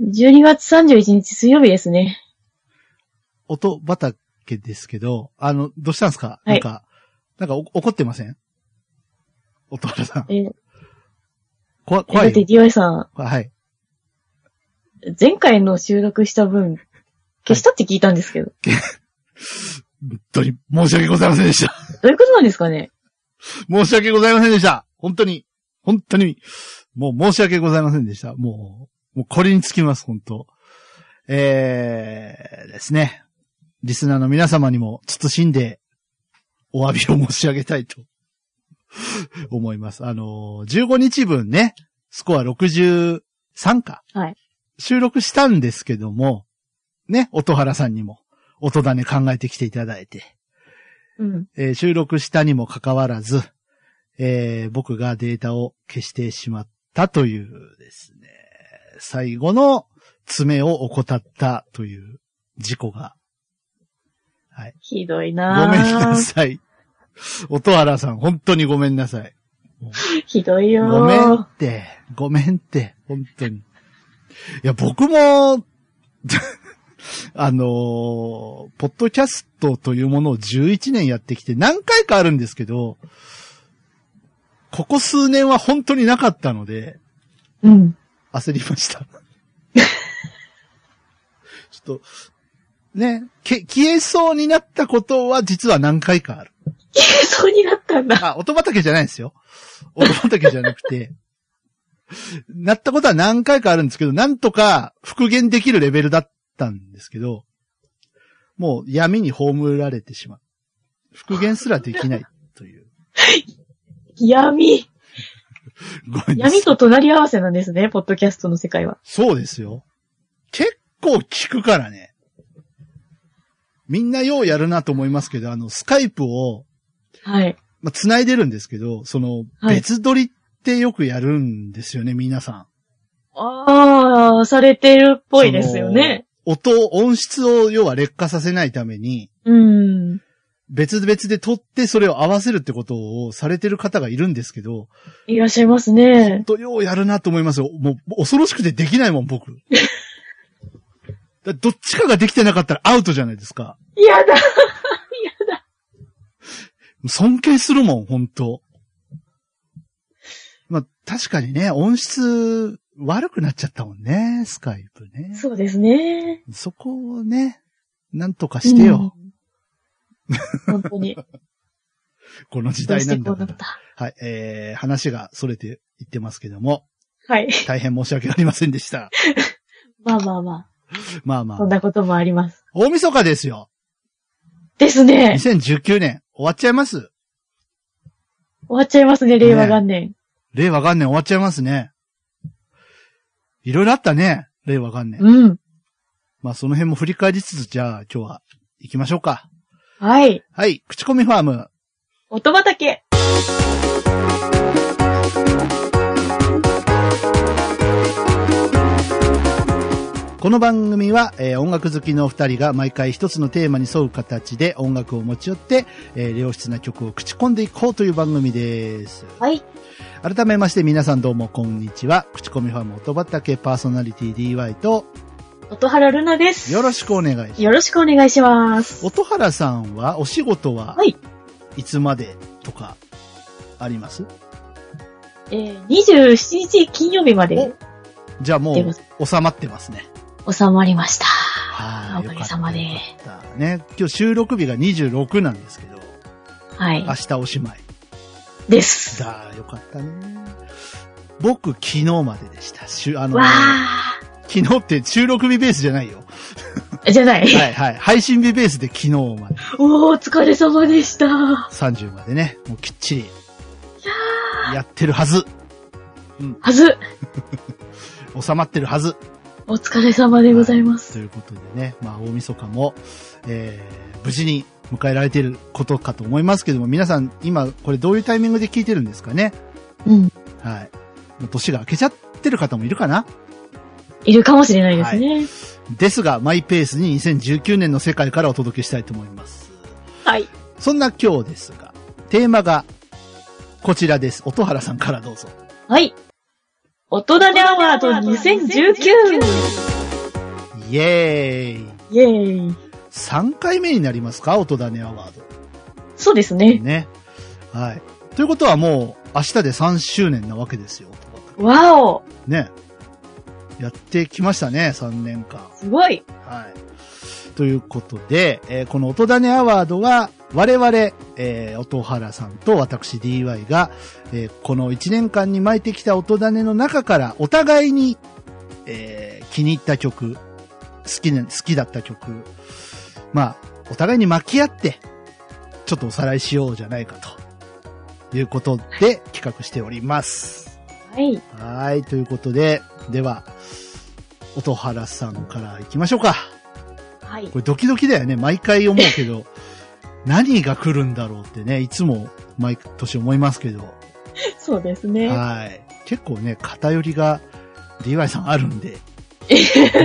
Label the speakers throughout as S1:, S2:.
S1: 12月31日水曜日ですね。
S2: 音畑ですけど、あの、どうしたんですか、
S1: はい
S2: なんか、なんかお怒ってません音畑さん。
S1: えー、
S2: 怖怖
S1: だっ
S2: い
S1: て
S2: よ。
S1: DY さ
S2: はい。
S1: ん、前回の収録した分、消したって聞いたんですけど。
S2: 本当に申し訳ございませんでした。
S1: どういうことなんですかね
S2: 申し訳ございませんでした。本当に、本当に、もう申し訳ございませんでした。もう、もうこれにつきます、本当。えー、ですね。リスナーの皆様にも慎んでお詫びを申し上げたいと 思います。あのー、15日分ね、スコア63か。
S1: はい
S2: 収録したんですけども、ね、音原さんにも、音種考えてきていただいて、
S1: うん。
S2: えー収録したにもかかわらず、えー僕がデータを消してしまったというですね、最後の爪を怠ったという事故が。
S1: ひどい
S2: ご
S1: なぁ
S2: めんなさい。音原さん、本当にごめんなさい。
S1: ひどいよー
S2: ごめんって、ごめんって、本当に。いや、僕も、 あのーポッドキャストというものを11年やってきて何回かあるんですけど、ここ数年は本当になかったので、
S1: うん。
S2: 焦りました。 ちょっと、ね、け消えそうになったことは実は何回かある。
S1: 消えそうになったんだ。
S2: あ、音畑じゃないですよ。音畑じゃなくて、なったことは何回かあるんですけど、なんとか復元できるレベルだったんですけど、もう闇に葬られてしまう。復元すらできないという。
S1: 闇。
S2: ごめんなさい
S1: 闇と隣り合わせなんですね、ポッドキャストの世界は。
S2: そうですよ。結構聞くからね。みんなようやるなと思いますけど、あの、スカイプを、
S1: はい。
S2: まあ、繋いでるんですけど、その、
S1: はい
S2: 別撮りってよくやるんですよね、皆さん。
S1: あー、されてるっぽいですよね。
S2: 音、音質を要は劣化させないために、
S1: うん。
S2: 別々で撮ってそれを合わせるってことをされてる方がいるんですけど、
S1: いらっしゃいますね。
S2: とようやるなと思いますよ。もう恐ろしくてできないもん、 僕。だどっちかができてなかったらアウトじゃないですか。
S1: やだ
S2: 尊敬するもん、本当まあ、確かにね、音質悪くなっちゃったもんね、スカイプね。
S1: そうですね。
S2: そこをね、なんとかしてよ。
S1: うん。本当に。
S2: この 時
S1: どう
S2: 代
S1: し
S2: な
S1: て
S2: ん
S1: こ
S2: だ
S1: う
S2: か
S1: なっ
S2: ら。
S1: た。
S2: はい、えー、話が逸れていってますけども、
S1: はい。
S2: 大変申し訳ありませんでした。
S1: まあまあま
S2: まあ
S1: あ、
S2: ま
S1: そん
S2: あ。
S1: なこともあります。
S2: 大晦日ですよ。
S1: ですね。
S2: 2019年、終わっちゃいます。
S1: 終わっちゃいますね、令和元年。
S2: 令和元年終わっちゃいますね。いろいろあったね、令和元年。
S1: うん。
S2: まあその辺も振り返りつつ、じゃあ今日は行きましょうか。
S1: はい。
S2: はい、口コミファーム。
S1: 音畑。
S2: この番組は、えー音楽好きのお二人が毎回一つのテーマに沿う形で音楽を持ち寄って、えー良質な曲を口コんでいこうという番組です。
S1: はい。
S2: 改めまして皆さんどうもこんにちは。口コミファーム音畑パーソナリティ DY と
S1: 音原ルナです。
S2: よろしくお願いします。
S1: よろしくお願いします。
S2: 音原さんはお仕事は
S1: はい
S2: いつまでとかあります、
S1: えー、27日金曜日まで
S2: じゃあも
S1: 出ます
S2: う収まってますね。
S1: 収まりました。
S2: は
S1: おかげさまで
S2: よかったね。今日収録日が26なんですけど、
S1: はい
S2: 明。日おしまい。
S1: です。
S2: だーよかったね。僕昨日まででした。しゅあの
S1: わ
S2: 昨日って収録日ベースじゃないよ。
S1: ー。じゃない。
S2: はいはい。配信日ベースで昨日まで。
S1: おー、お疲れ様でした。は
S2: 30までね、もうきっちり、やってるはず、
S1: ず。
S2: 収まってるはず、
S1: お疲れ様でございます。
S2: ということでね、まあ大晦日も、えー、無事に迎えられてることかと思いますけども、皆さん今これどういうタイミングで聞いてるんですかね
S1: うん。
S2: はい。もう年が明けちゃってる方もいるかない
S1: るかもしれないですね。
S2: ですが、マイペースに2019年の世界からお届けしたいと思います。
S1: はい。
S2: そんな今日ですが、テーマがこちらです。音原さんからどうぞ。
S1: はい。大人にアワード2019。
S2: イエーイ。
S1: イエーイ。
S2: 3回目になりますか音種アワー
S1: そうです
S2: ド。
S1: ね。
S2: ね。はい。ということはもう、明日で3周年なわけですよ。
S1: わお
S2: ね。やってきましたね、3年間。
S1: すごい
S2: はい。ということで、えーこの音種アワードは、我々、えー、音原さんと私 DY が、えーこの1年間に巻いてきた音種の中から、お互いに、えー気に入った曲、好きな、好きだった曲、まあ、お互いに巻き合って、ちょっとおさらいしようじゃないかと、いうことで企画しております。
S1: はい。
S2: はい、ということで、では、音原さんから行きましょうか。
S1: はい
S2: こ。れドキドキだよね。毎回思うけど、 何が来るんだろうってね、いつも毎年思いますけど。
S1: そうですね。
S2: はい。結構ね、偏りが DY さんある んで、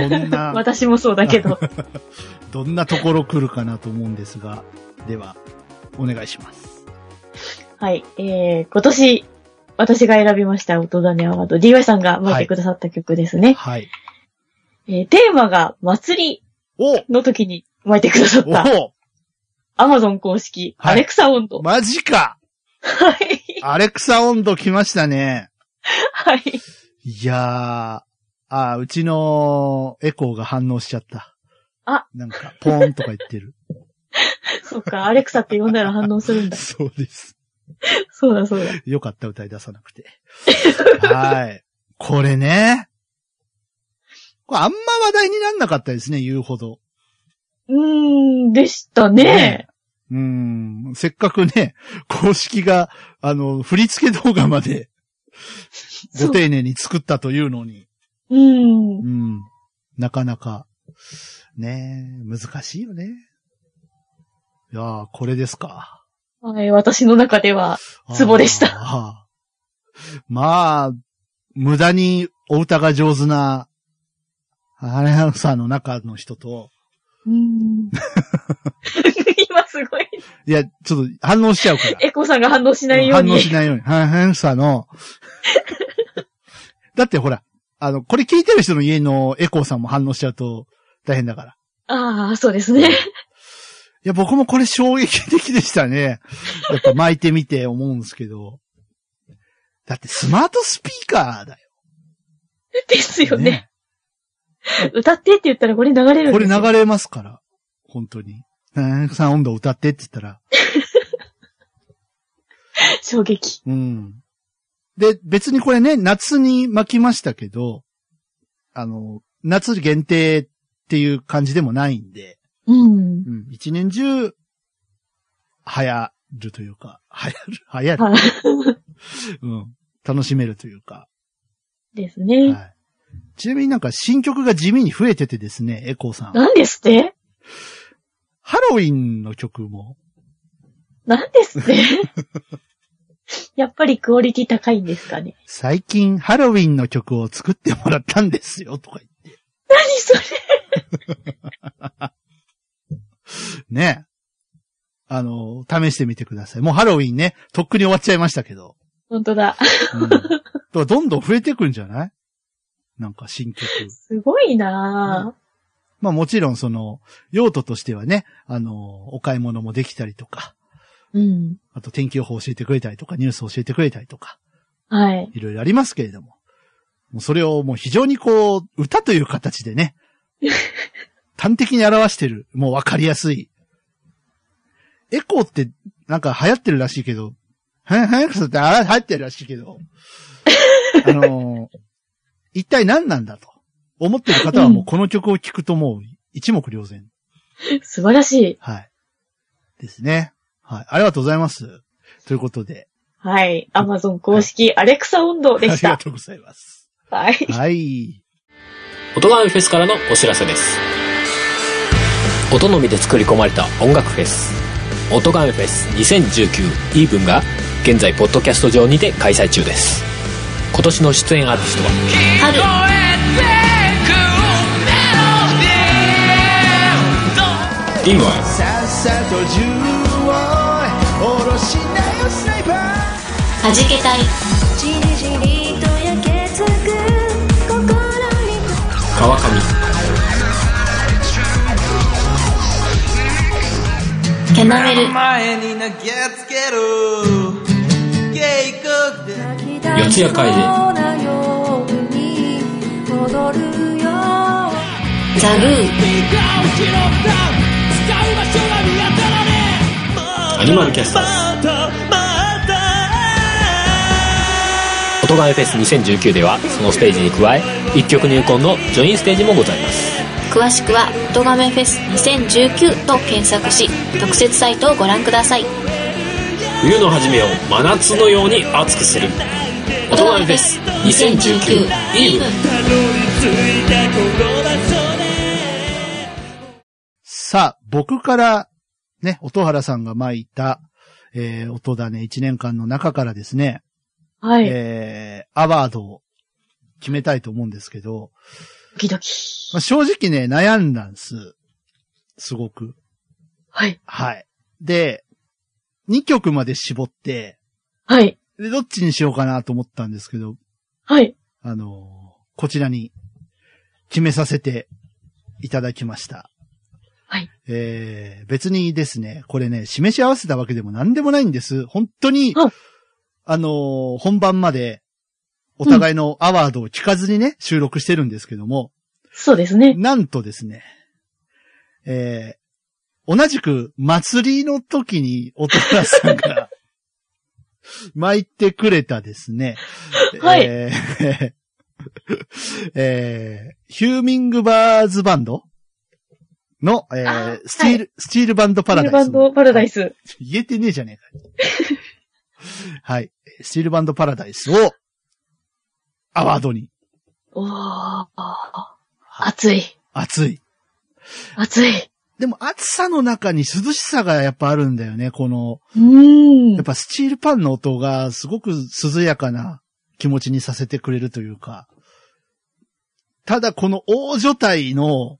S2: どんな、
S1: 私もそうだけ ど。
S2: どんなところ来るかなと思うんですが、では、お願いします。
S1: はい。えー、今年、私が選びました音種アワード、DY さんが巻いてくださった曲ですね。
S2: はい。
S1: えー、テーマが祭り
S2: お
S1: の時に巻いてくださった、
S2: お
S1: Amazon 公式、
S2: はい
S1: アレクサ温度。
S2: マジか
S1: はい。
S2: アレクサ温度来ましたね。
S1: はい。
S2: いやー、あーうちのエコーが反応しちゃった。
S1: あ
S2: なんか、ポーンとか言っ てる。
S1: そっか、アレクサって呼んだら反応するんだ。
S2: そうです。
S1: そうだそうだ。
S2: よかった、歌い出さなくて。はい。これね。これあんま話題になんなかったですね、言うほど。
S1: うーん、でしたね。
S2: え。うん。せっかくね、公式が、あの、振り付け動画まで
S1: そ
S2: ご
S1: う
S2: 丁寧に作ったというのに。
S1: うーん。
S2: うん。なかなか、ねえ難しいよね。いやーこれですか。
S1: はい、私の中では、ツボでした
S2: あー。 まあ、無駄にお歌が上手な、アナウンサーの中の人と、
S1: うーん。 今すごい、
S2: いや、ちょっと反応し ちゃうから。
S1: エコさんが反応しないよう
S2: 反応
S1: に。
S2: しないように。アナウンサーの、 だってほら、あの、これ聞いてる人の家のエコーさんも反応しちゃうと大変だから。
S1: ああ、そうですね。
S2: いや、僕もこれ衝撃的でしたね。やっぱ巻いてみて思うんですけど。だってスマートスピーカーだよ、
S1: ですよね。
S2: ね。
S1: 歌ってって言ったらこれ流れるん
S2: こ
S1: で
S2: れ
S1: すよ。
S2: 流れますから。本当に。なんさん温度歌ってって言ったら。
S1: 衝撃。
S2: うん。で、別にこれね、夏に巻きましたけど、あの、夏限定っていう感じでもないんで、
S1: うん。
S2: うん。一年中、流行るというか、流行る、流行る。
S1: はい。
S2: うん。楽しめるというか。
S1: ですね。
S2: はい。ちなみになんか新曲が地味に増えててですね、エコーさん。
S1: 何ですって
S2: ハロウィンの曲も。
S1: 何ですって やっぱりクオリティ高いんですかね。
S2: 最近ハロウィンの曲を作ってもらったんですよ、とか言って。
S1: 何それ
S2: ね。あの、試してみてください。もうハロウィンね、とっくに終わっちゃいましたけど。
S1: 本当だ。
S2: うん。だからどんどん増えてくんじゃないなんか新曲。
S1: すごいなぁ。
S2: まあもちろんその、用途としてはね、あの、お買い物もできたりとか、
S1: うん。
S2: あと天気予報教えてくれたりとか、ニュース教えてくれたりとか、
S1: はい。
S2: いろいろありますけれども。もうそれをもう非常にこう、歌という形で ね、端的に表してる。もうわかりやすい。エコーってなんか流行ってるらしいけど、ははやくってあ流行ってるらしいけど、あ のー一体何なんだと思ってる方はもうこの曲を聴くともう一目瞭然。
S1: 素晴らしい。
S2: はい。ですね。はい。ありがとうございます。ということで、
S1: はい。アマゾン公式アレクサ温度で
S2: あ
S1: し
S2: りが
S1: た。
S2: とうござい ます。
S1: はい。
S2: はい。
S3: 音がフェスからのお知らせです音のみで作り込まれた音楽フェス音がフェス2019イーブンが現在ポッドキャスト上にて開催中です今年の出演アーティストはイーブン
S2: さっさと銃を下ろしなよスナイパー
S4: はじけたいじりじりと焼けつく手なめる
S5: 前に投げつける警告
S3: 四
S5: で
S3: 谷怪人
S4: ザグー
S3: アニマルキャスター音亀フェス2019ではそのステージに加え一曲入魂のジョインステージもございます
S4: 詳しくは「音ガメフェス2019」と検索し特設サイトをご覧ください
S3: 冬の初めを真夏のように熱くする音亀フェス2019イーブン
S2: さあ、僕から、ね、音原さんが巻いた、えー、音だね、1年間の中からですね、
S1: はい。
S2: えー、アワードを決めたいと思うんですけど、
S1: ドキドキ。
S2: まあ、正直ね、悩んだんす。すごく。
S1: はい。
S2: はい。で、2曲まで絞って、
S1: はい。
S2: で、どっちにしようかなと思ったんですけど、
S1: はい。
S2: あのーこちらに決めさせていただきました。
S1: はい。
S2: えー、別にですね、これね、示し合わせたわけでも何でもないんです。本当に、
S1: はい
S2: あのー本番までお互いのアワードを聞かずにね、収録してるんですけども、
S1: そうですね。
S2: なんとですね、えー、同じく祭りの時におとらさんが巻いてくれたですね、
S1: はい
S2: えーえーヒューミングバーズバンドの、えー
S1: あー
S2: スチール、スチールバンドパラダイス。
S1: バンドパラダイス。
S2: 言えてねえじゃねえか。はい。スチールバンドパラダイスを、アワードに、
S1: おー。暑い。
S2: 熱い。
S1: 暑い。
S2: でも暑さの中に涼しさがやっぱあるんだよね、この。
S1: うー
S2: やっ
S1: ん。
S2: ぱスチールパンの音がすごく涼やかな気持ちにさせてくれるというか。ただこの大所帯の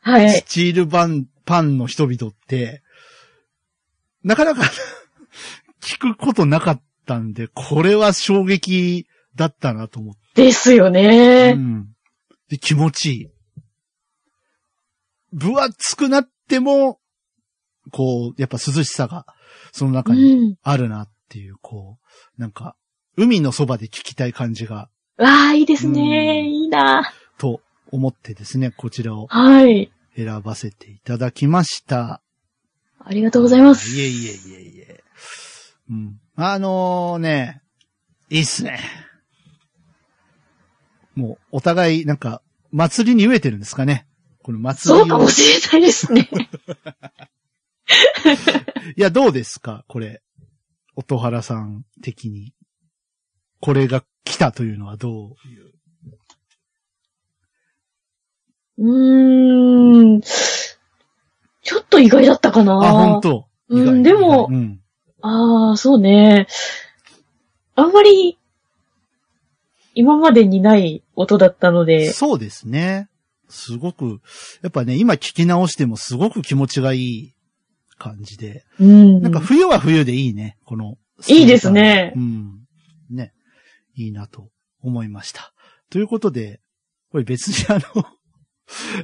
S1: は
S2: ス
S1: い。
S2: チールパン、パンの人々って、なかな か聞くことなかったんで、これは衝撃だったなと思って
S1: ですよね
S2: う。ん。で、気持ちいい。分厚くなっても、こう、やっぱ涼しさが、その中
S1: う
S2: に
S1: ん。
S2: あるなっていう、こう、なんか、海のそばで聞きたい感じが、
S1: わあ、いいです
S2: う
S1: ね。
S2: ん
S1: いいな。
S2: と思ってですね、こちらを
S1: はい。
S2: 選ばせていただきました。
S1: ありがとうございます。
S2: いえいえいえいえ。うん。あのね、いいっすね。もう、お互い、なんか、祭りに飢えてるんですかね。この祭り
S1: そ
S2: を。
S1: うかもしれないですね。
S2: いや、どうですかこれ。音原さん的に。これが来たというのはどういう
S1: うーん。ちょっと意外だったかな。
S2: あ、本当
S1: うん
S2: 意外
S1: でも
S2: うん。
S1: ああ、そうね。あんまり、今までにない音だったので、
S2: そうですね。すごく、やっぱね、今聞き直してもすごく気持ちがいい感じで。
S1: うん。
S2: なんか冬は冬でいいね、この。
S1: いいですね
S2: うん。ね。いいなと思いました。ということで、これ別にあの、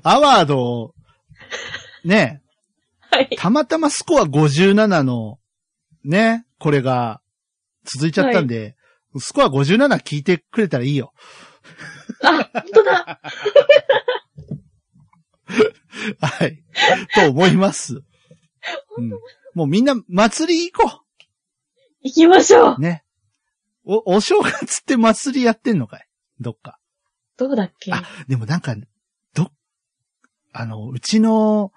S2: アワードを、ね、
S1: はい。
S2: たまたまスコア57の、ね、これが続いちゃったんで、スコア57聞いてくれたらいいよ。
S1: あ、本当だ。
S2: はい。と思います。うん。もうみんな祭り行こ
S1: 行きましょう
S2: う。。ね。お、お正月って祭りやってんのかいどっか。
S1: どうだっけ
S2: あでもなんか、ど、あの、うちの、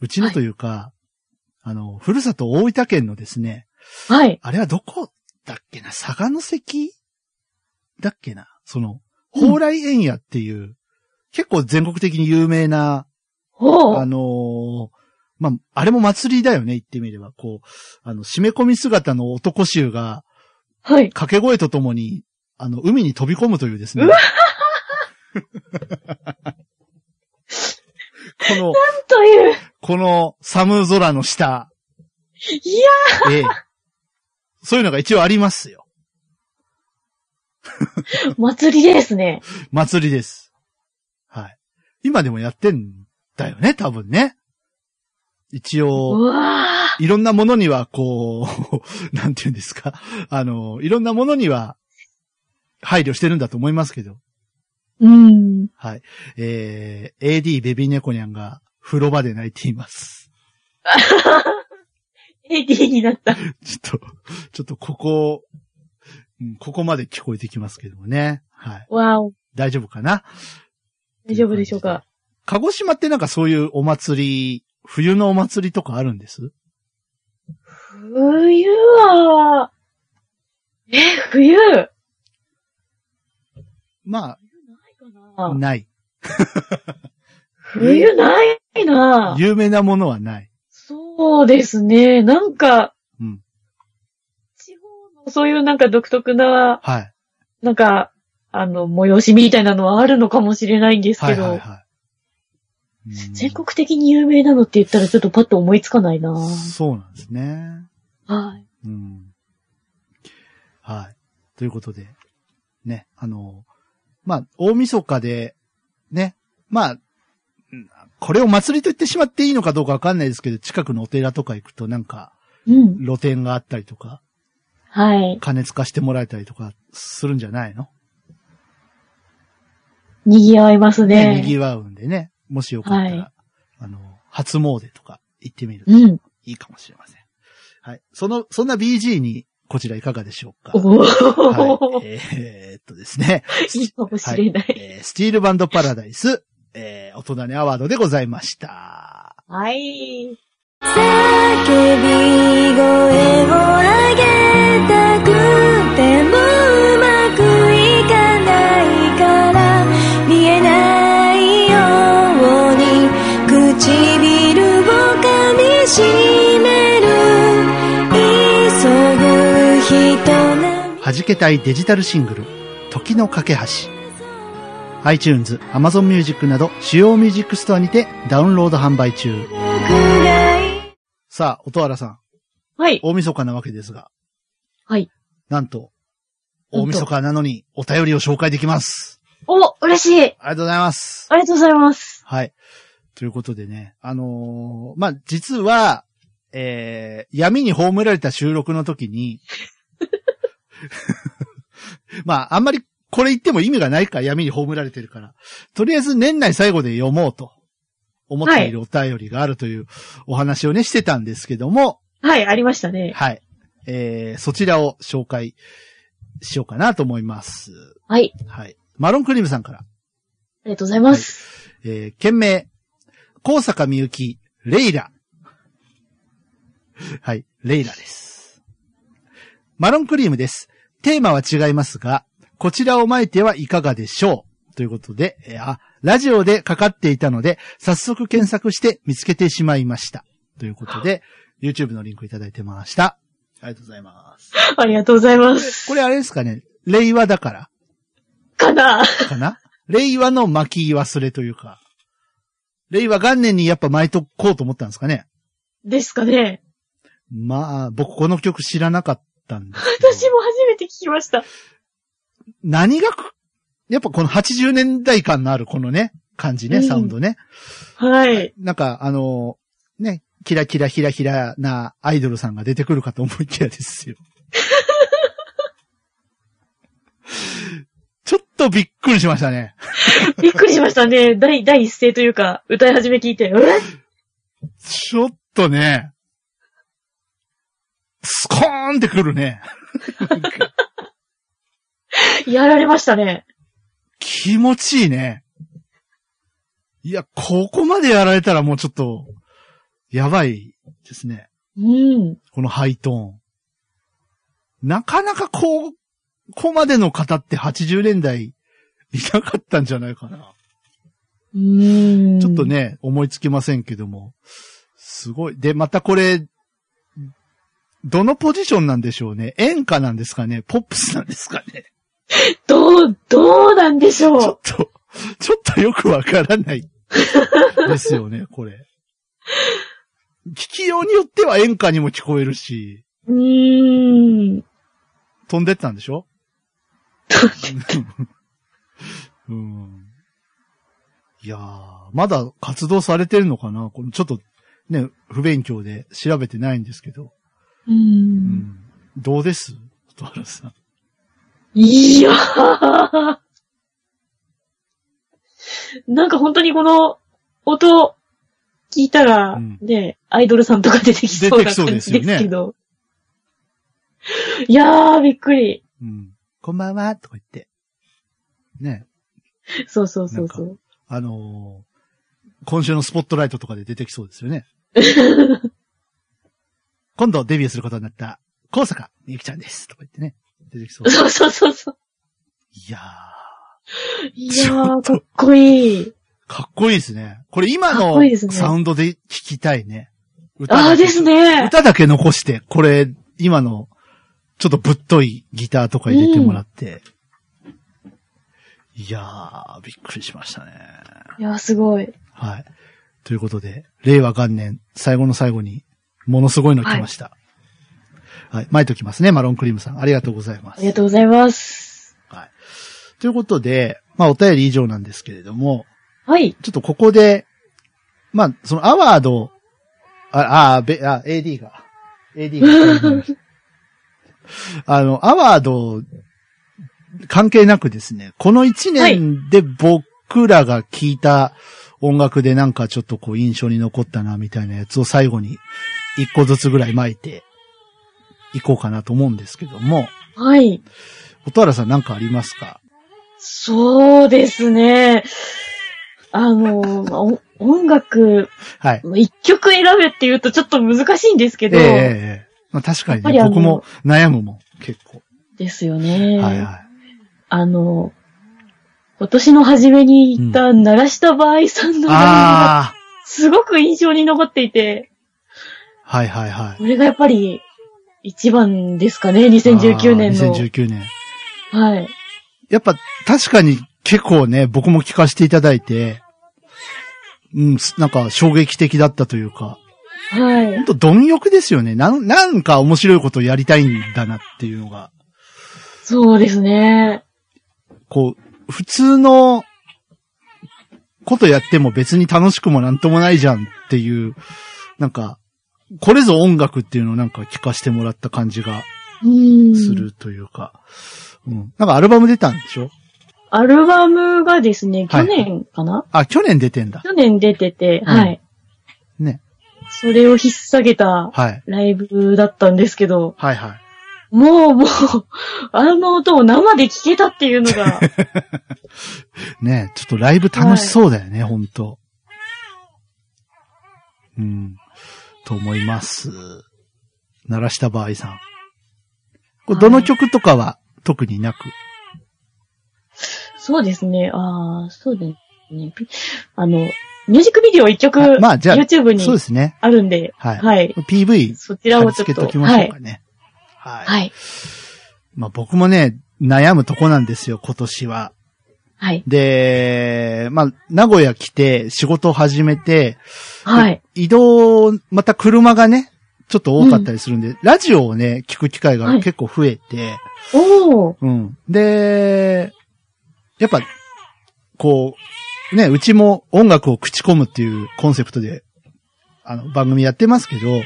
S2: うちのというか、あの、ふるさと大分県のですね、
S1: はい。
S2: あれはどこだっけな、佐賀の関だっけな、その、蓬莱園屋っていう、結構全国的に有名な、
S1: ほ
S2: あ
S1: う。
S2: のーまあ、あれも祭りだよね、言ってみれば。こう、あの、締め込み姿の男衆が、
S1: はい。
S2: 掛け声とともに、あの、海に飛び込むというですね。
S1: う
S2: こ
S1: わ
S2: の、
S1: という。
S2: この寒空の下、
S1: いや、
S2: ええ、そういうのが一応ありますよ。
S1: 祭りですね。
S2: 祭りです。はい。今でもやってんだよね、多分ね。一
S1: う
S2: 応、
S1: わ
S2: いろんなものには、こう、 なんて言うんですか。あの、いろんなものには、配慮してるんだと思いますけど。
S1: うん。
S2: はい。えー、AD ベビーネコニャンが風呂場で泣いています。
S1: AD になった。
S2: ちょっと、ちょっとここ、うんここまで聞こえてきますけどもね。はい。
S1: わお。
S2: 大丈夫かな
S1: 大丈夫でしょうか。
S2: 鹿児島ってなんかそういうお祭り、冬のお祭りとかあるんです
S1: 冬は、え、冬ない
S2: ま
S1: か
S2: あ、
S1: な
S2: ない。
S1: 冬ないな
S2: 有名なものはない。
S1: そうですね。なんか、
S2: うん
S1: 地方のそういうなんか独特な、
S2: はい。
S1: なんか、あの、催しみたいなのはあるのかもしれないんです
S2: は
S1: け
S2: い
S1: ど、
S2: はいはい。うん
S1: 全国的に有名なのって言ったらちょっとパッと思いつかないな
S2: そうなんですね。
S1: はい。
S2: うん。はい。ということで、ね、あの、まあ、大晦日で、ね、まあ、うんこれを祭りと言ってしまっていいのかどうかわかんないですけど、近くのお寺とか行くとなんか、
S1: うん。
S2: 露店があったりとか、
S1: はい。
S2: 加熱化してもらえたりとかするんじゃないの
S1: 賑わいます
S2: ね、
S1: ね。
S2: 賑わうんでね、もしよかったら、
S1: はい
S2: あの、初詣とか行ってみると
S1: うん。
S2: いいかもしれません。はい。その、そんな BG に、こちらいかがでしょうか
S1: お
S2: は
S1: ー
S2: い、えーっとですね。
S1: いいかもしれな
S2: はい
S1: い。
S2: えースティールバンドパラダイス、えー、大人ねアワードでございました。
S1: はい。
S6: 叫び声を上げたくてもうまくいかないから見えないように唇を噛みしめる急ぐ人な
S2: 弾けたいデジタルシングル、時の架け橋。iTunes、Amazon Music など主要ミュージックストアにてダウンロード販売中。
S6: 僕がい
S2: さあ、音原さん、
S1: はい。
S2: 大晦日なわけですが、
S1: はい。
S2: なんと、
S1: なんと
S2: 大晦日なのにお便りを紹介できます。
S1: お、嬉しい。
S2: ありがとうございます。
S1: ありがとうございます。
S2: はい。ということでね、あのーまあ、実は、えー、闇に葬られた収録の時に、まあ、あんまりこれ言っても意味がないか、闇に葬られてるから。とりあえず年内最後で読もうと思っているお便りがあるというお話をね、してたんですけども、
S1: はい、ありましたね。
S2: はい。えー、そちらを紹介しようかなと思います。
S1: はい。
S2: はい。マロンクリームさんから。
S1: ありがとうございます。
S2: えー、件名、高坂みゆき、レイラ。はい、レイラです。マロンクリームです。テーマは違いますが、こちらをまいてはいかがでしょうということで、えーあ、ラジオでかかっていたので、早速検索して見つけてしまいました。ということで、YouTube のリンクいただいてました。ありがとうございます。
S1: ありがとうございます。
S2: これあれですかね、令和だから、
S1: かな
S2: かな令和の巻き忘れというか、令和元年にやっぱ巻いとこうと思ったんですかね。
S1: ですかね。
S2: まあ、僕この曲知らなかったんですけど。
S1: 私も初めて聞きました。
S2: 何がく、やっぱこの80年代感のあるこのね、感じね、
S1: うん
S2: サウンドね。
S1: はい。
S2: なんか、あのーね、キラキラヒラヒラなアイドルさんが出てくるかと思いきやですよ。 ちょっとびっくりしましたね。
S1: びっくりしましたね。第、第一声というか、歌い始め聞いて、え
S2: ちょっとね、スコーンってくるね。
S1: やられましたね。
S2: 気持ちいいね。いや、ここまでやられたらもうちょっと、やばいですね。
S1: うん。
S2: このハイトーン。なかなかこう、ここまでの方って80年代いなかったんじゃないかな。
S1: うん。
S2: ちょっと。ね、思いつきませんけども。すごい。で、またこれ、どのポジションなんでしょうね演歌なんですかねポップスなんですかね
S1: どう、どうなんでしょ
S2: ち
S1: う
S2: ょっ。と、ちょっとよくわからない。ですよね、これ。聞きようによっては演歌にも聞こえるし、
S1: うーん。
S2: 飛んでったんでしょうん。いやー、まだ活動されてるのかなこのちょっと、ね、不勉強で調べてないんですけど、
S1: う。
S2: うんん、どうです蛍原さん。
S1: いやーなんか本当にこの音聞いたら、
S2: うん
S1: ね、アイドルさんとか出てきそうな
S2: 出てきそう
S1: 感
S2: です
S1: じ
S2: よね
S1: ですけど。いやー、びっくり。
S2: うん、こんばんは、とか言って。ね、
S1: そうそうそうそう。
S2: あのー今週のスポットライトとかで出てきそうです よね。今度デビューすることになった、高坂みゆきちゃんです。とか言ってね。出てきそう。
S1: そうそうそうそう。
S2: いやー、
S1: い
S2: ち
S1: や
S2: ょっ
S1: ー、
S2: と
S1: かっこいい。
S2: かっこいいですね。これ今
S1: かっ
S2: の
S1: こいいですね
S2: サウンドで聞きたいね。歌だけ
S1: あーですね。
S2: 歌だけ残して、これ、今の、ちょっとぶっといギターとか入れてもらって。いやー、びっくりしましたね。
S1: いやー、すごい。
S2: はい。ということで、令和元年、最後の最後に、ものすごいの来ました。はい。巻いときますね、マロンクリームさん。ありがとうございま
S1: あ
S2: す。
S1: りがとうございます。
S2: はい。ということで、まあ、お便り以上なんですけれども、
S1: はい。
S2: ちょっとここで、まあ、そのアワード、あ、あ、べ、あ、AD が、AD が。 あの、アワード、関係なくですね、この一年で僕らが聞いた音楽でなんかちょっとこう印象に残ったなみたいなやつを最後に一個ずつぐらい巻いていこうかなと思うんですけども、
S1: はい。
S2: 蛍原さんなんかありますか
S1: そうですね。あのー、まあお音楽、
S2: はい。
S1: 一曲選べって言うとちょっと難しいんですけ
S2: え
S1: ど、
S2: えええええまあ、確か
S1: やっ
S2: に
S1: ぱり
S2: ね、
S1: あの
S2: 僕も悩むもん、結構。
S1: ですよね。
S2: はいはい。
S1: あの、今年の初めに行った、鳴らした場合さんのライブが
S2: あ
S1: すごく印象に残っていて、
S2: あ、はいはいはい。
S1: これがやっぱり一番ですかね、2019年の。
S2: あー2019年。
S1: はい。
S2: やっぱ確かに結構ね、僕も聞かせていただいて、うん、すなんか衝撃的だったというか、
S1: はい
S2: 本。当貪欲ですよね。なん、なんか面白いことをやりたいんだなっていうのが、
S1: そうですね。
S2: こう、普通のことやっても別に楽しくもなんともないじゃんっていう、なんか、これぞ音楽っていうのをなんか聞かせてもらった感じが
S1: うん。
S2: するというか、うん。なんかアルバム出たんでしょ
S1: アルバムがですね、
S2: は
S1: 去
S2: い
S1: 年かな、
S2: あ、去年出てんだ。
S1: 去年出てて、
S2: ん
S1: はい。
S2: ね。
S1: それを引っ提げた
S2: はい。
S1: ライブだったんですけど、
S2: はいはい。
S1: もうもう、あの音を生で聞けたっていうの が、
S2: ねちょっとライブ楽しそうだよね、本当うん。と思います。鳴らした場合さん。これどの曲とかは特になく。
S1: そうですね、ああ、そうですね。ピあの、ミュージックビデオ一曲、
S2: あまあじゃあ
S1: YouTube に
S2: そうですね。
S1: あるんで、
S2: はい。
S1: はい。
S2: PV、
S1: そちらをちょ
S2: 付け
S1: っと
S2: と、きま
S1: は
S2: しょう
S1: い
S2: か。ね。はい。
S1: はい。
S2: まあ僕もね、悩むとこなんですよ、今年は。
S1: はい。
S2: で、まあ、名古屋来て、仕事を始めて、
S1: はい。
S2: 移動、また車がね、ちょっと多かったりするんで、ラジオをね、聞く機会が
S1: はい
S2: 結構増えて、
S1: おー。
S2: うん。で、やっぱ、こう、ね、うちも音楽を口コむっていうコンセプトで、あの、番組やってますけど、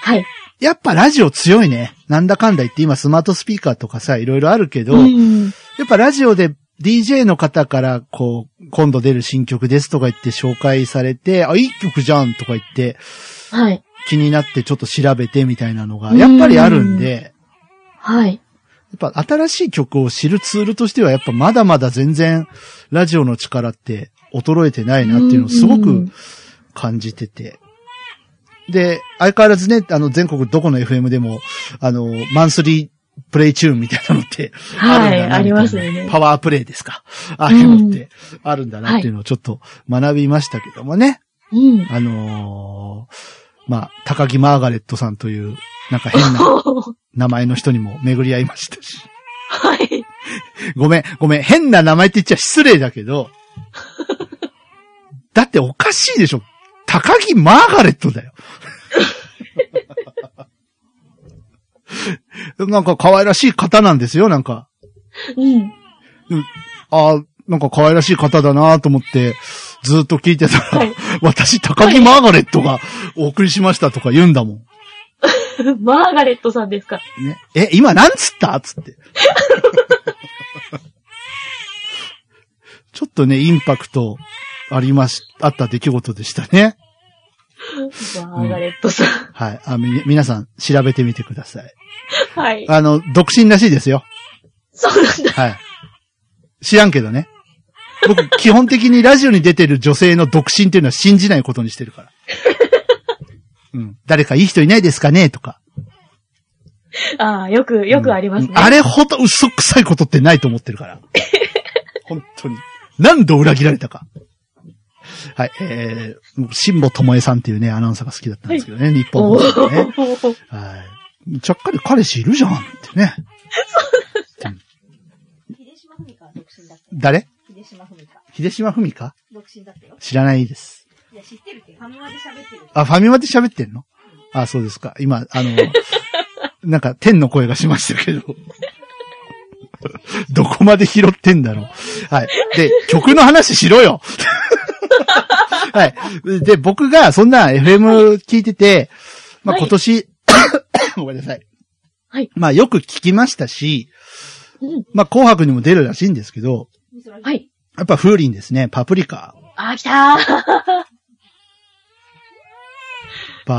S1: はい。
S2: やっぱラジオ強いね。なんだかんだ言って今スマートスピーカーとかさ、いろいろあるけど、
S1: うん。
S2: やっぱラジオで DJ の方から、こう、今度出る新曲ですとか言って紹介されて、あ、いい曲じゃんとか言って、
S1: はい。
S2: 気になってちょっと調べてみたいなのが、やっぱりあるんで、
S1: はい。
S2: やっぱ新しい曲を知るツールとしては、やっぱまだまだ全然、ラジオの力って衰えてないなっていうのをすご
S1: うん
S2: く感じてて。で、相変わらずね、あの、全国どこの FM でも、あの、マンスリープレイチューンみたいなのって、
S1: はい
S2: るんだな
S1: ありますよね
S2: みたいなパワープレイですか。ああいうのって、あるんだなっていうのをちょっと学びましたけどもね。
S1: うん。
S2: あのーまあ、高木マーガレットさんという、なんか変 な
S1: おー
S2: 名前の人にも巡り合いましたし。
S1: はい。
S2: ごめん、ごめん、変な名前って言っちゃ失礼だ けど。だっておかしいでしょ。高木マーガレットだよ。 なんか可愛らしい方なんですよ、なんか。
S1: うん。
S2: ああ、なんか可愛らしい方だなと思って、ずっと聞いてたら、
S1: はい
S2: 私、高木マーガレットがお送りしましたとか言うんだもん。
S1: マーガレットさんですか。
S2: ね、え、今なんつったつって。ちょっとね、インパクトありまし、あった出来事でしたね。
S1: マーガレットさん。
S2: はい。あ、み、皆さん調べてみてください。
S1: はい。
S2: あの、独身らしいですよ。
S1: そうなんだ。
S2: はい。知らんけどね。僕、基本的にラジオに出てる女性の独身っていうのは信じないことにしてるから。うん。誰かいい人いないですかねとか。
S1: ああ、よく、よくありますね。
S2: あれほど嘘くさいことってないと思って るから。本当に。何度裏切られたか。はい、えー、辛坊智恵さんっていうね、アナウンサーが好きだったんですけどね、日本
S1: お
S2: の、
S1: ー
S2: ね。はい。ちゃっかり彼氏いるじゃんってね。
S7: 秀島文香は独身だったよ。
S2: 誰
S7: 秀島文香。
S2: 秀島文香
S7: 独身だったよ。
S2: 知らないです。
S7: いや、知ってるって。ファミマで喋ってる。
S2: あ、ファミマで喋ってんのあ、そうですか。今、 あの、なんか天の声がしましたけど。 どこまで拾ってんだろう。はい。で、曲の話しろよ はい。で、僕がそんな FM 聞いてて、まあ
S1: はい
S2: 今年、 ごめんなさい。
S1: はい
S2: まあよく聞きましたし、
S1: うん
S2: まあ紅白にも出るらしいんですけど、
S1: はい。
S2: やっぱ風鈴ですね。パプリカ。
S1: あー、来たー。
S2: や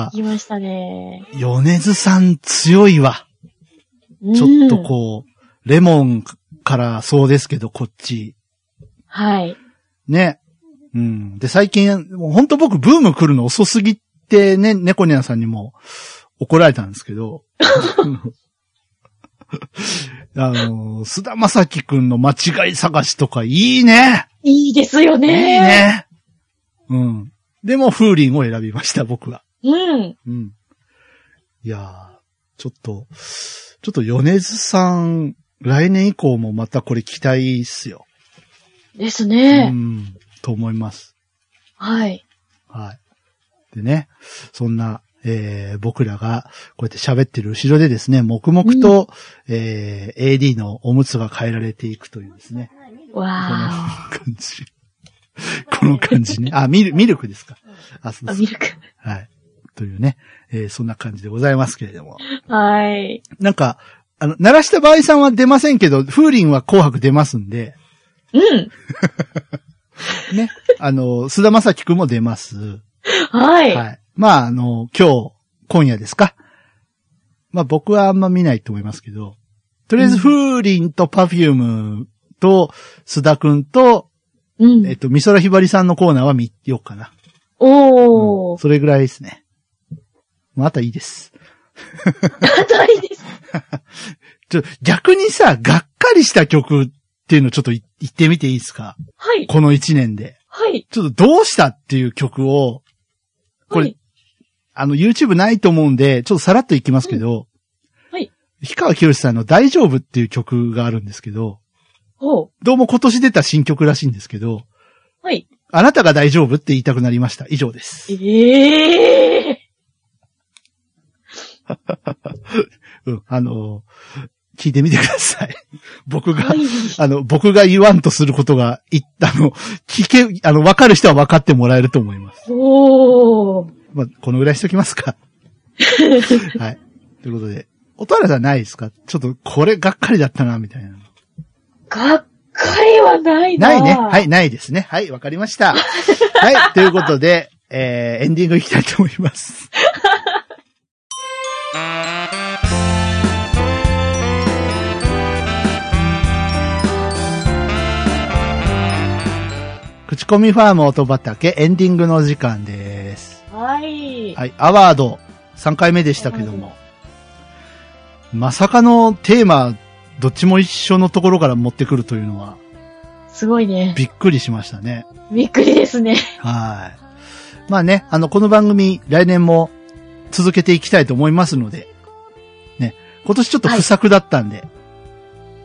S2: っぱ、
S1: 来ましたね。
S2: 米津さん強いわ。ちょっと
S1: うん。
S2: こう、レモンからそうですけど、こっち。
S1: はい。
S2: ね。うん。で、最近、もう本当僕、ブーム来るの遅すぎってね、猫ニャンさんにも怒られたんですけど。 あの、菅田正樹くんの間違い探しとかいいね。
S1: いいですよ
S2: いい
S1: ね
S2: ね。うん。でも、風鈴を選びました、僕は。
S1: ー。うん。
S2: うん。いやー、ちょっと、ちょっと米津さん、来年以降もまたこれ期待っすよ。
S1: です
S2: う
S1: ね。
S2: ん、と思います。
S1: はい。
S2: はい。でね、そんな、えー、僕らがこうやって喋ってる後ろでですね、黙々と、えー、AD のおむつが変えられていくというですね、
S1: わ
S2: 感じ。 この感じね。あ、ミルミルクですか。あ、そう
S1: ー。あ、
S2: です
S1: ミ。ルク。
S2: はい。というね、えー、そんな感じでございますけれども。
S1: はい。
S2: なんか、あの、鳴らした場合さんは出ませんけど、風鈴は紅白出ますんで、
S1: うん。
S2: ね。 あの、菅田将暉くんも出ます。
S1: はい。
S2: はい。まあ、あの、今日、今夜ですか。まあ僕はあんま見ないと思いますけど、とりあえず風鈴とパフュームと須田くんと、
S1: う
S2: え
S1: ん。
S2: っと、美空ひばりさんのコーナーは見ようかな。
S1: おー。
S2: それぐらいですね。またいいです。
S1: 硬いです。
S2: ちょ、逆にさ、がっかりした曲っていうのちょっとい言ってみていいですか
S1: はい。
S2: この一年で。
S1: はい。
S2: ちょっとどうしたっていう曲を、これ
S1: はい
S2: あの、YouTube ないと思うんで、ちょっとさらっといきますけど、
S1: うんはい。
S2: 氷川きよしさんの大丈夫っていう曲があるんですけど、
S1: ほう。
S2: どうも今年出た新曲らしいんですけど、
S1: はい。
S2: あなたが大丈夫って言いたくなりました。以上です。
S1: ええ
S2: うん。あのー聞いてみてください。 僕
S1: ー。
S2: が
S1: は、い。
S2: あの、僕が言わんとすることが、い、あの、聞け、あの、わかる人は分かってもらえると思います。
S1: おー。
S2: まあ、このぐらいしときますか。はい。ということで、音原さんないですかちょっと、これがっかりだったな、みたいなの。
S1: がっかりはないな
S2: ないね。はい、。ないですね。はい、わかりました。はい、ということで、えー、エンディングいきたいと思います。口コミファーム音畑エンディングの時間です。
S1: はい。
S2: はい、アワード3回目でしたけども。まさかのテーマ、どっちも一緒のところから持ってくるというのは、
S1: すごいね。
S2: びっくりしましたね。
S1: びっくりですね。
S2: はい。まあね、あの、この番組、来年も続けていきたいと思いますので、ね、今年ちょっと不作だったんで、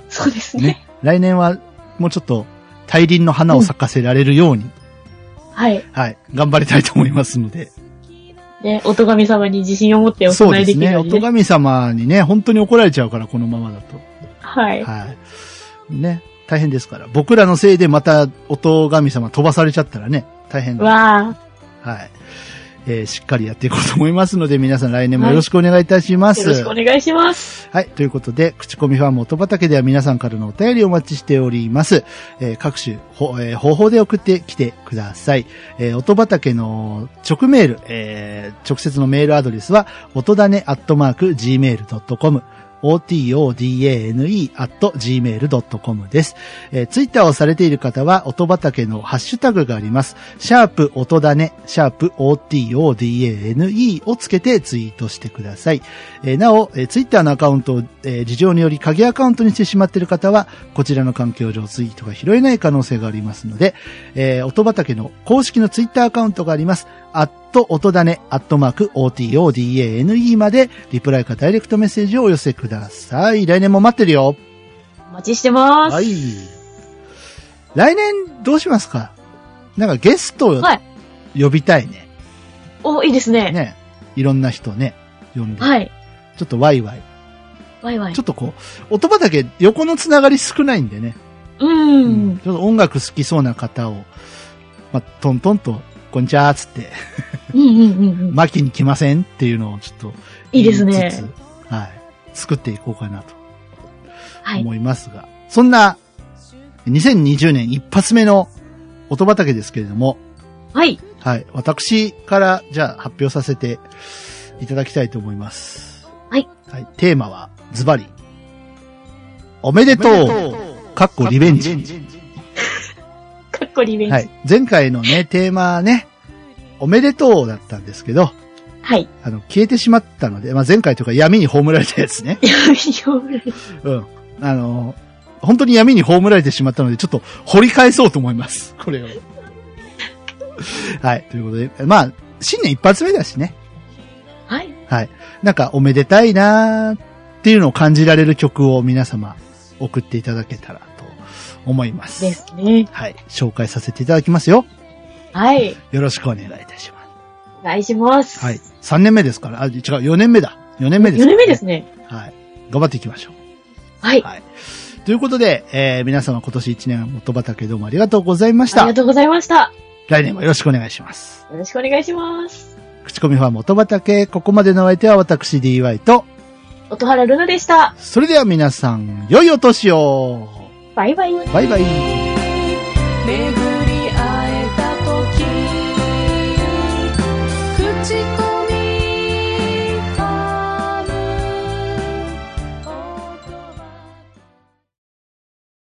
S1: そうです
S2: ね、
S1: ね。
S2: 来年はもうちょっと大輪の花を咲かせられるように、
S1: はい。
S2: はい、頑張りたいと思いますので、
S1: ね、おとがみ様に自信を持ってお
S2: そう
S1: 供え
S2: で
S1: ですきる
S2: ね、
S1: よう
S2: お
S1: にね。
S2: 神様にね、本当に怒られちゃうから、このままだと。
S1: はい。
S2: はい。ね。大変ですから。僕らのせいでまた、お神様飛ばされちゃったらね。大変だ。
S1: わ
S2: はい。えーしっかりやっていこうと思いますので、皆さん来年もよろしくお願いいたしま
S1: あ、
S2: す。
S1: よろしくお願いします。
S2: はい。ということで、口コミファン元畑では皆さんからのお便りをお待ちしております。えー各種、ほえー方法で送ってきてください。えー音畑の直メール、えー直接のメールアドレスは、音だねアットマーク gmail.com。otodane at gmail.com です。えー、ツイッターをされている方は、音畑のハッシュタグがあります。シャープ音だね、シャープ otodane をつけてツイートしてください。えーなお、えーツイッターのアカウントを、えー事情により鍵アカウントにしてしまっている方は、こちらの環境上ツイートが拾えない可能性がありますので、えー音畑の公式のツイッターアカウントがあります。アット音だね、アットマーク、otodane まで、リプライかダイレクトメッセージをお寄せください。来年も待ってるよ。
S1: お待ちしてます。
S2: はい。来年どうしますかなんかゲストを
S1: はい
S2: 呼びたいね。
S1: お、いいですね。
S2: ね。いろんな人ね、呼んで。
S1: はい。
S2: ちょっとワイワイ。
S1: わいわい
S2: ちょ。っとこう、音畑横のつながり少ないんでね。
S1: う
S2: う
S1: ーん。
S2: ちょっと音楽好きそうな方を、まあ、トントンと、こんにちはーっつって、
S1: うんうんうんうん。
S2: マキに来ませんっていうのをちょっと
S1: い
S2: 言
S1: い
S2: つつ。
S1: ですね。
S2: はい。作っていこうかなと
S1: はい。
S2: 思いますが。そんな、2020年一発目の音畑ですけれども、
S1: はい。
S2: はい。私から、じゃあ発表させていただきたいと思います。
S1: はい。
S2: はい。テーマは、ズバリ。おめでとうかっこリベンジ。
S1: かっこリベンジ。
S2: は
S1: はい。
S2: い。前回のね、テーマね、おめでとうだったんですけど、あの、消えてしまったので、まあ、前回というか闇に葬られたやつね。
S1: 闇を売る
S2: うん。あの、本当に闇に葬られてしまったので、ちょっと掘り返そうと思います。これを。はい。ということで、まあ、新年一発目だしね。
S1: はい。
S2: なんかおめでたいなーっていうのを感じられる曲を皆様送っていただけたらと思います。
S1: ですね。
S2: はい。紹介させていただきますよ。
S1: はい。
S2: よろしくお願いいたしま
S1: お願いします。
S2: す。はい。。3年目ですから、あ、違う、4年目だ。4年目です、
S1: 4年目ですね。
S2: はい。頑張っていきましょう。
S1: はい。
S2: はい。ということで、えー、皆様今年1年元畑どうもありがとうございまし
S1: あり
S2: た
S1: が。とうございました。
S2: 来年もよろしくお願いします。
S1: よろしくお願いします。
S2: 口コミファン元畑、ここまでのお相手は私 DY と、
S1: 音原ルナでした。
S2: それでは皆さん、良いお年を
S1: バイバイ。
S2: バイバ
S8: 「
S2: イ
S8: 巡り会えたとき」「口コ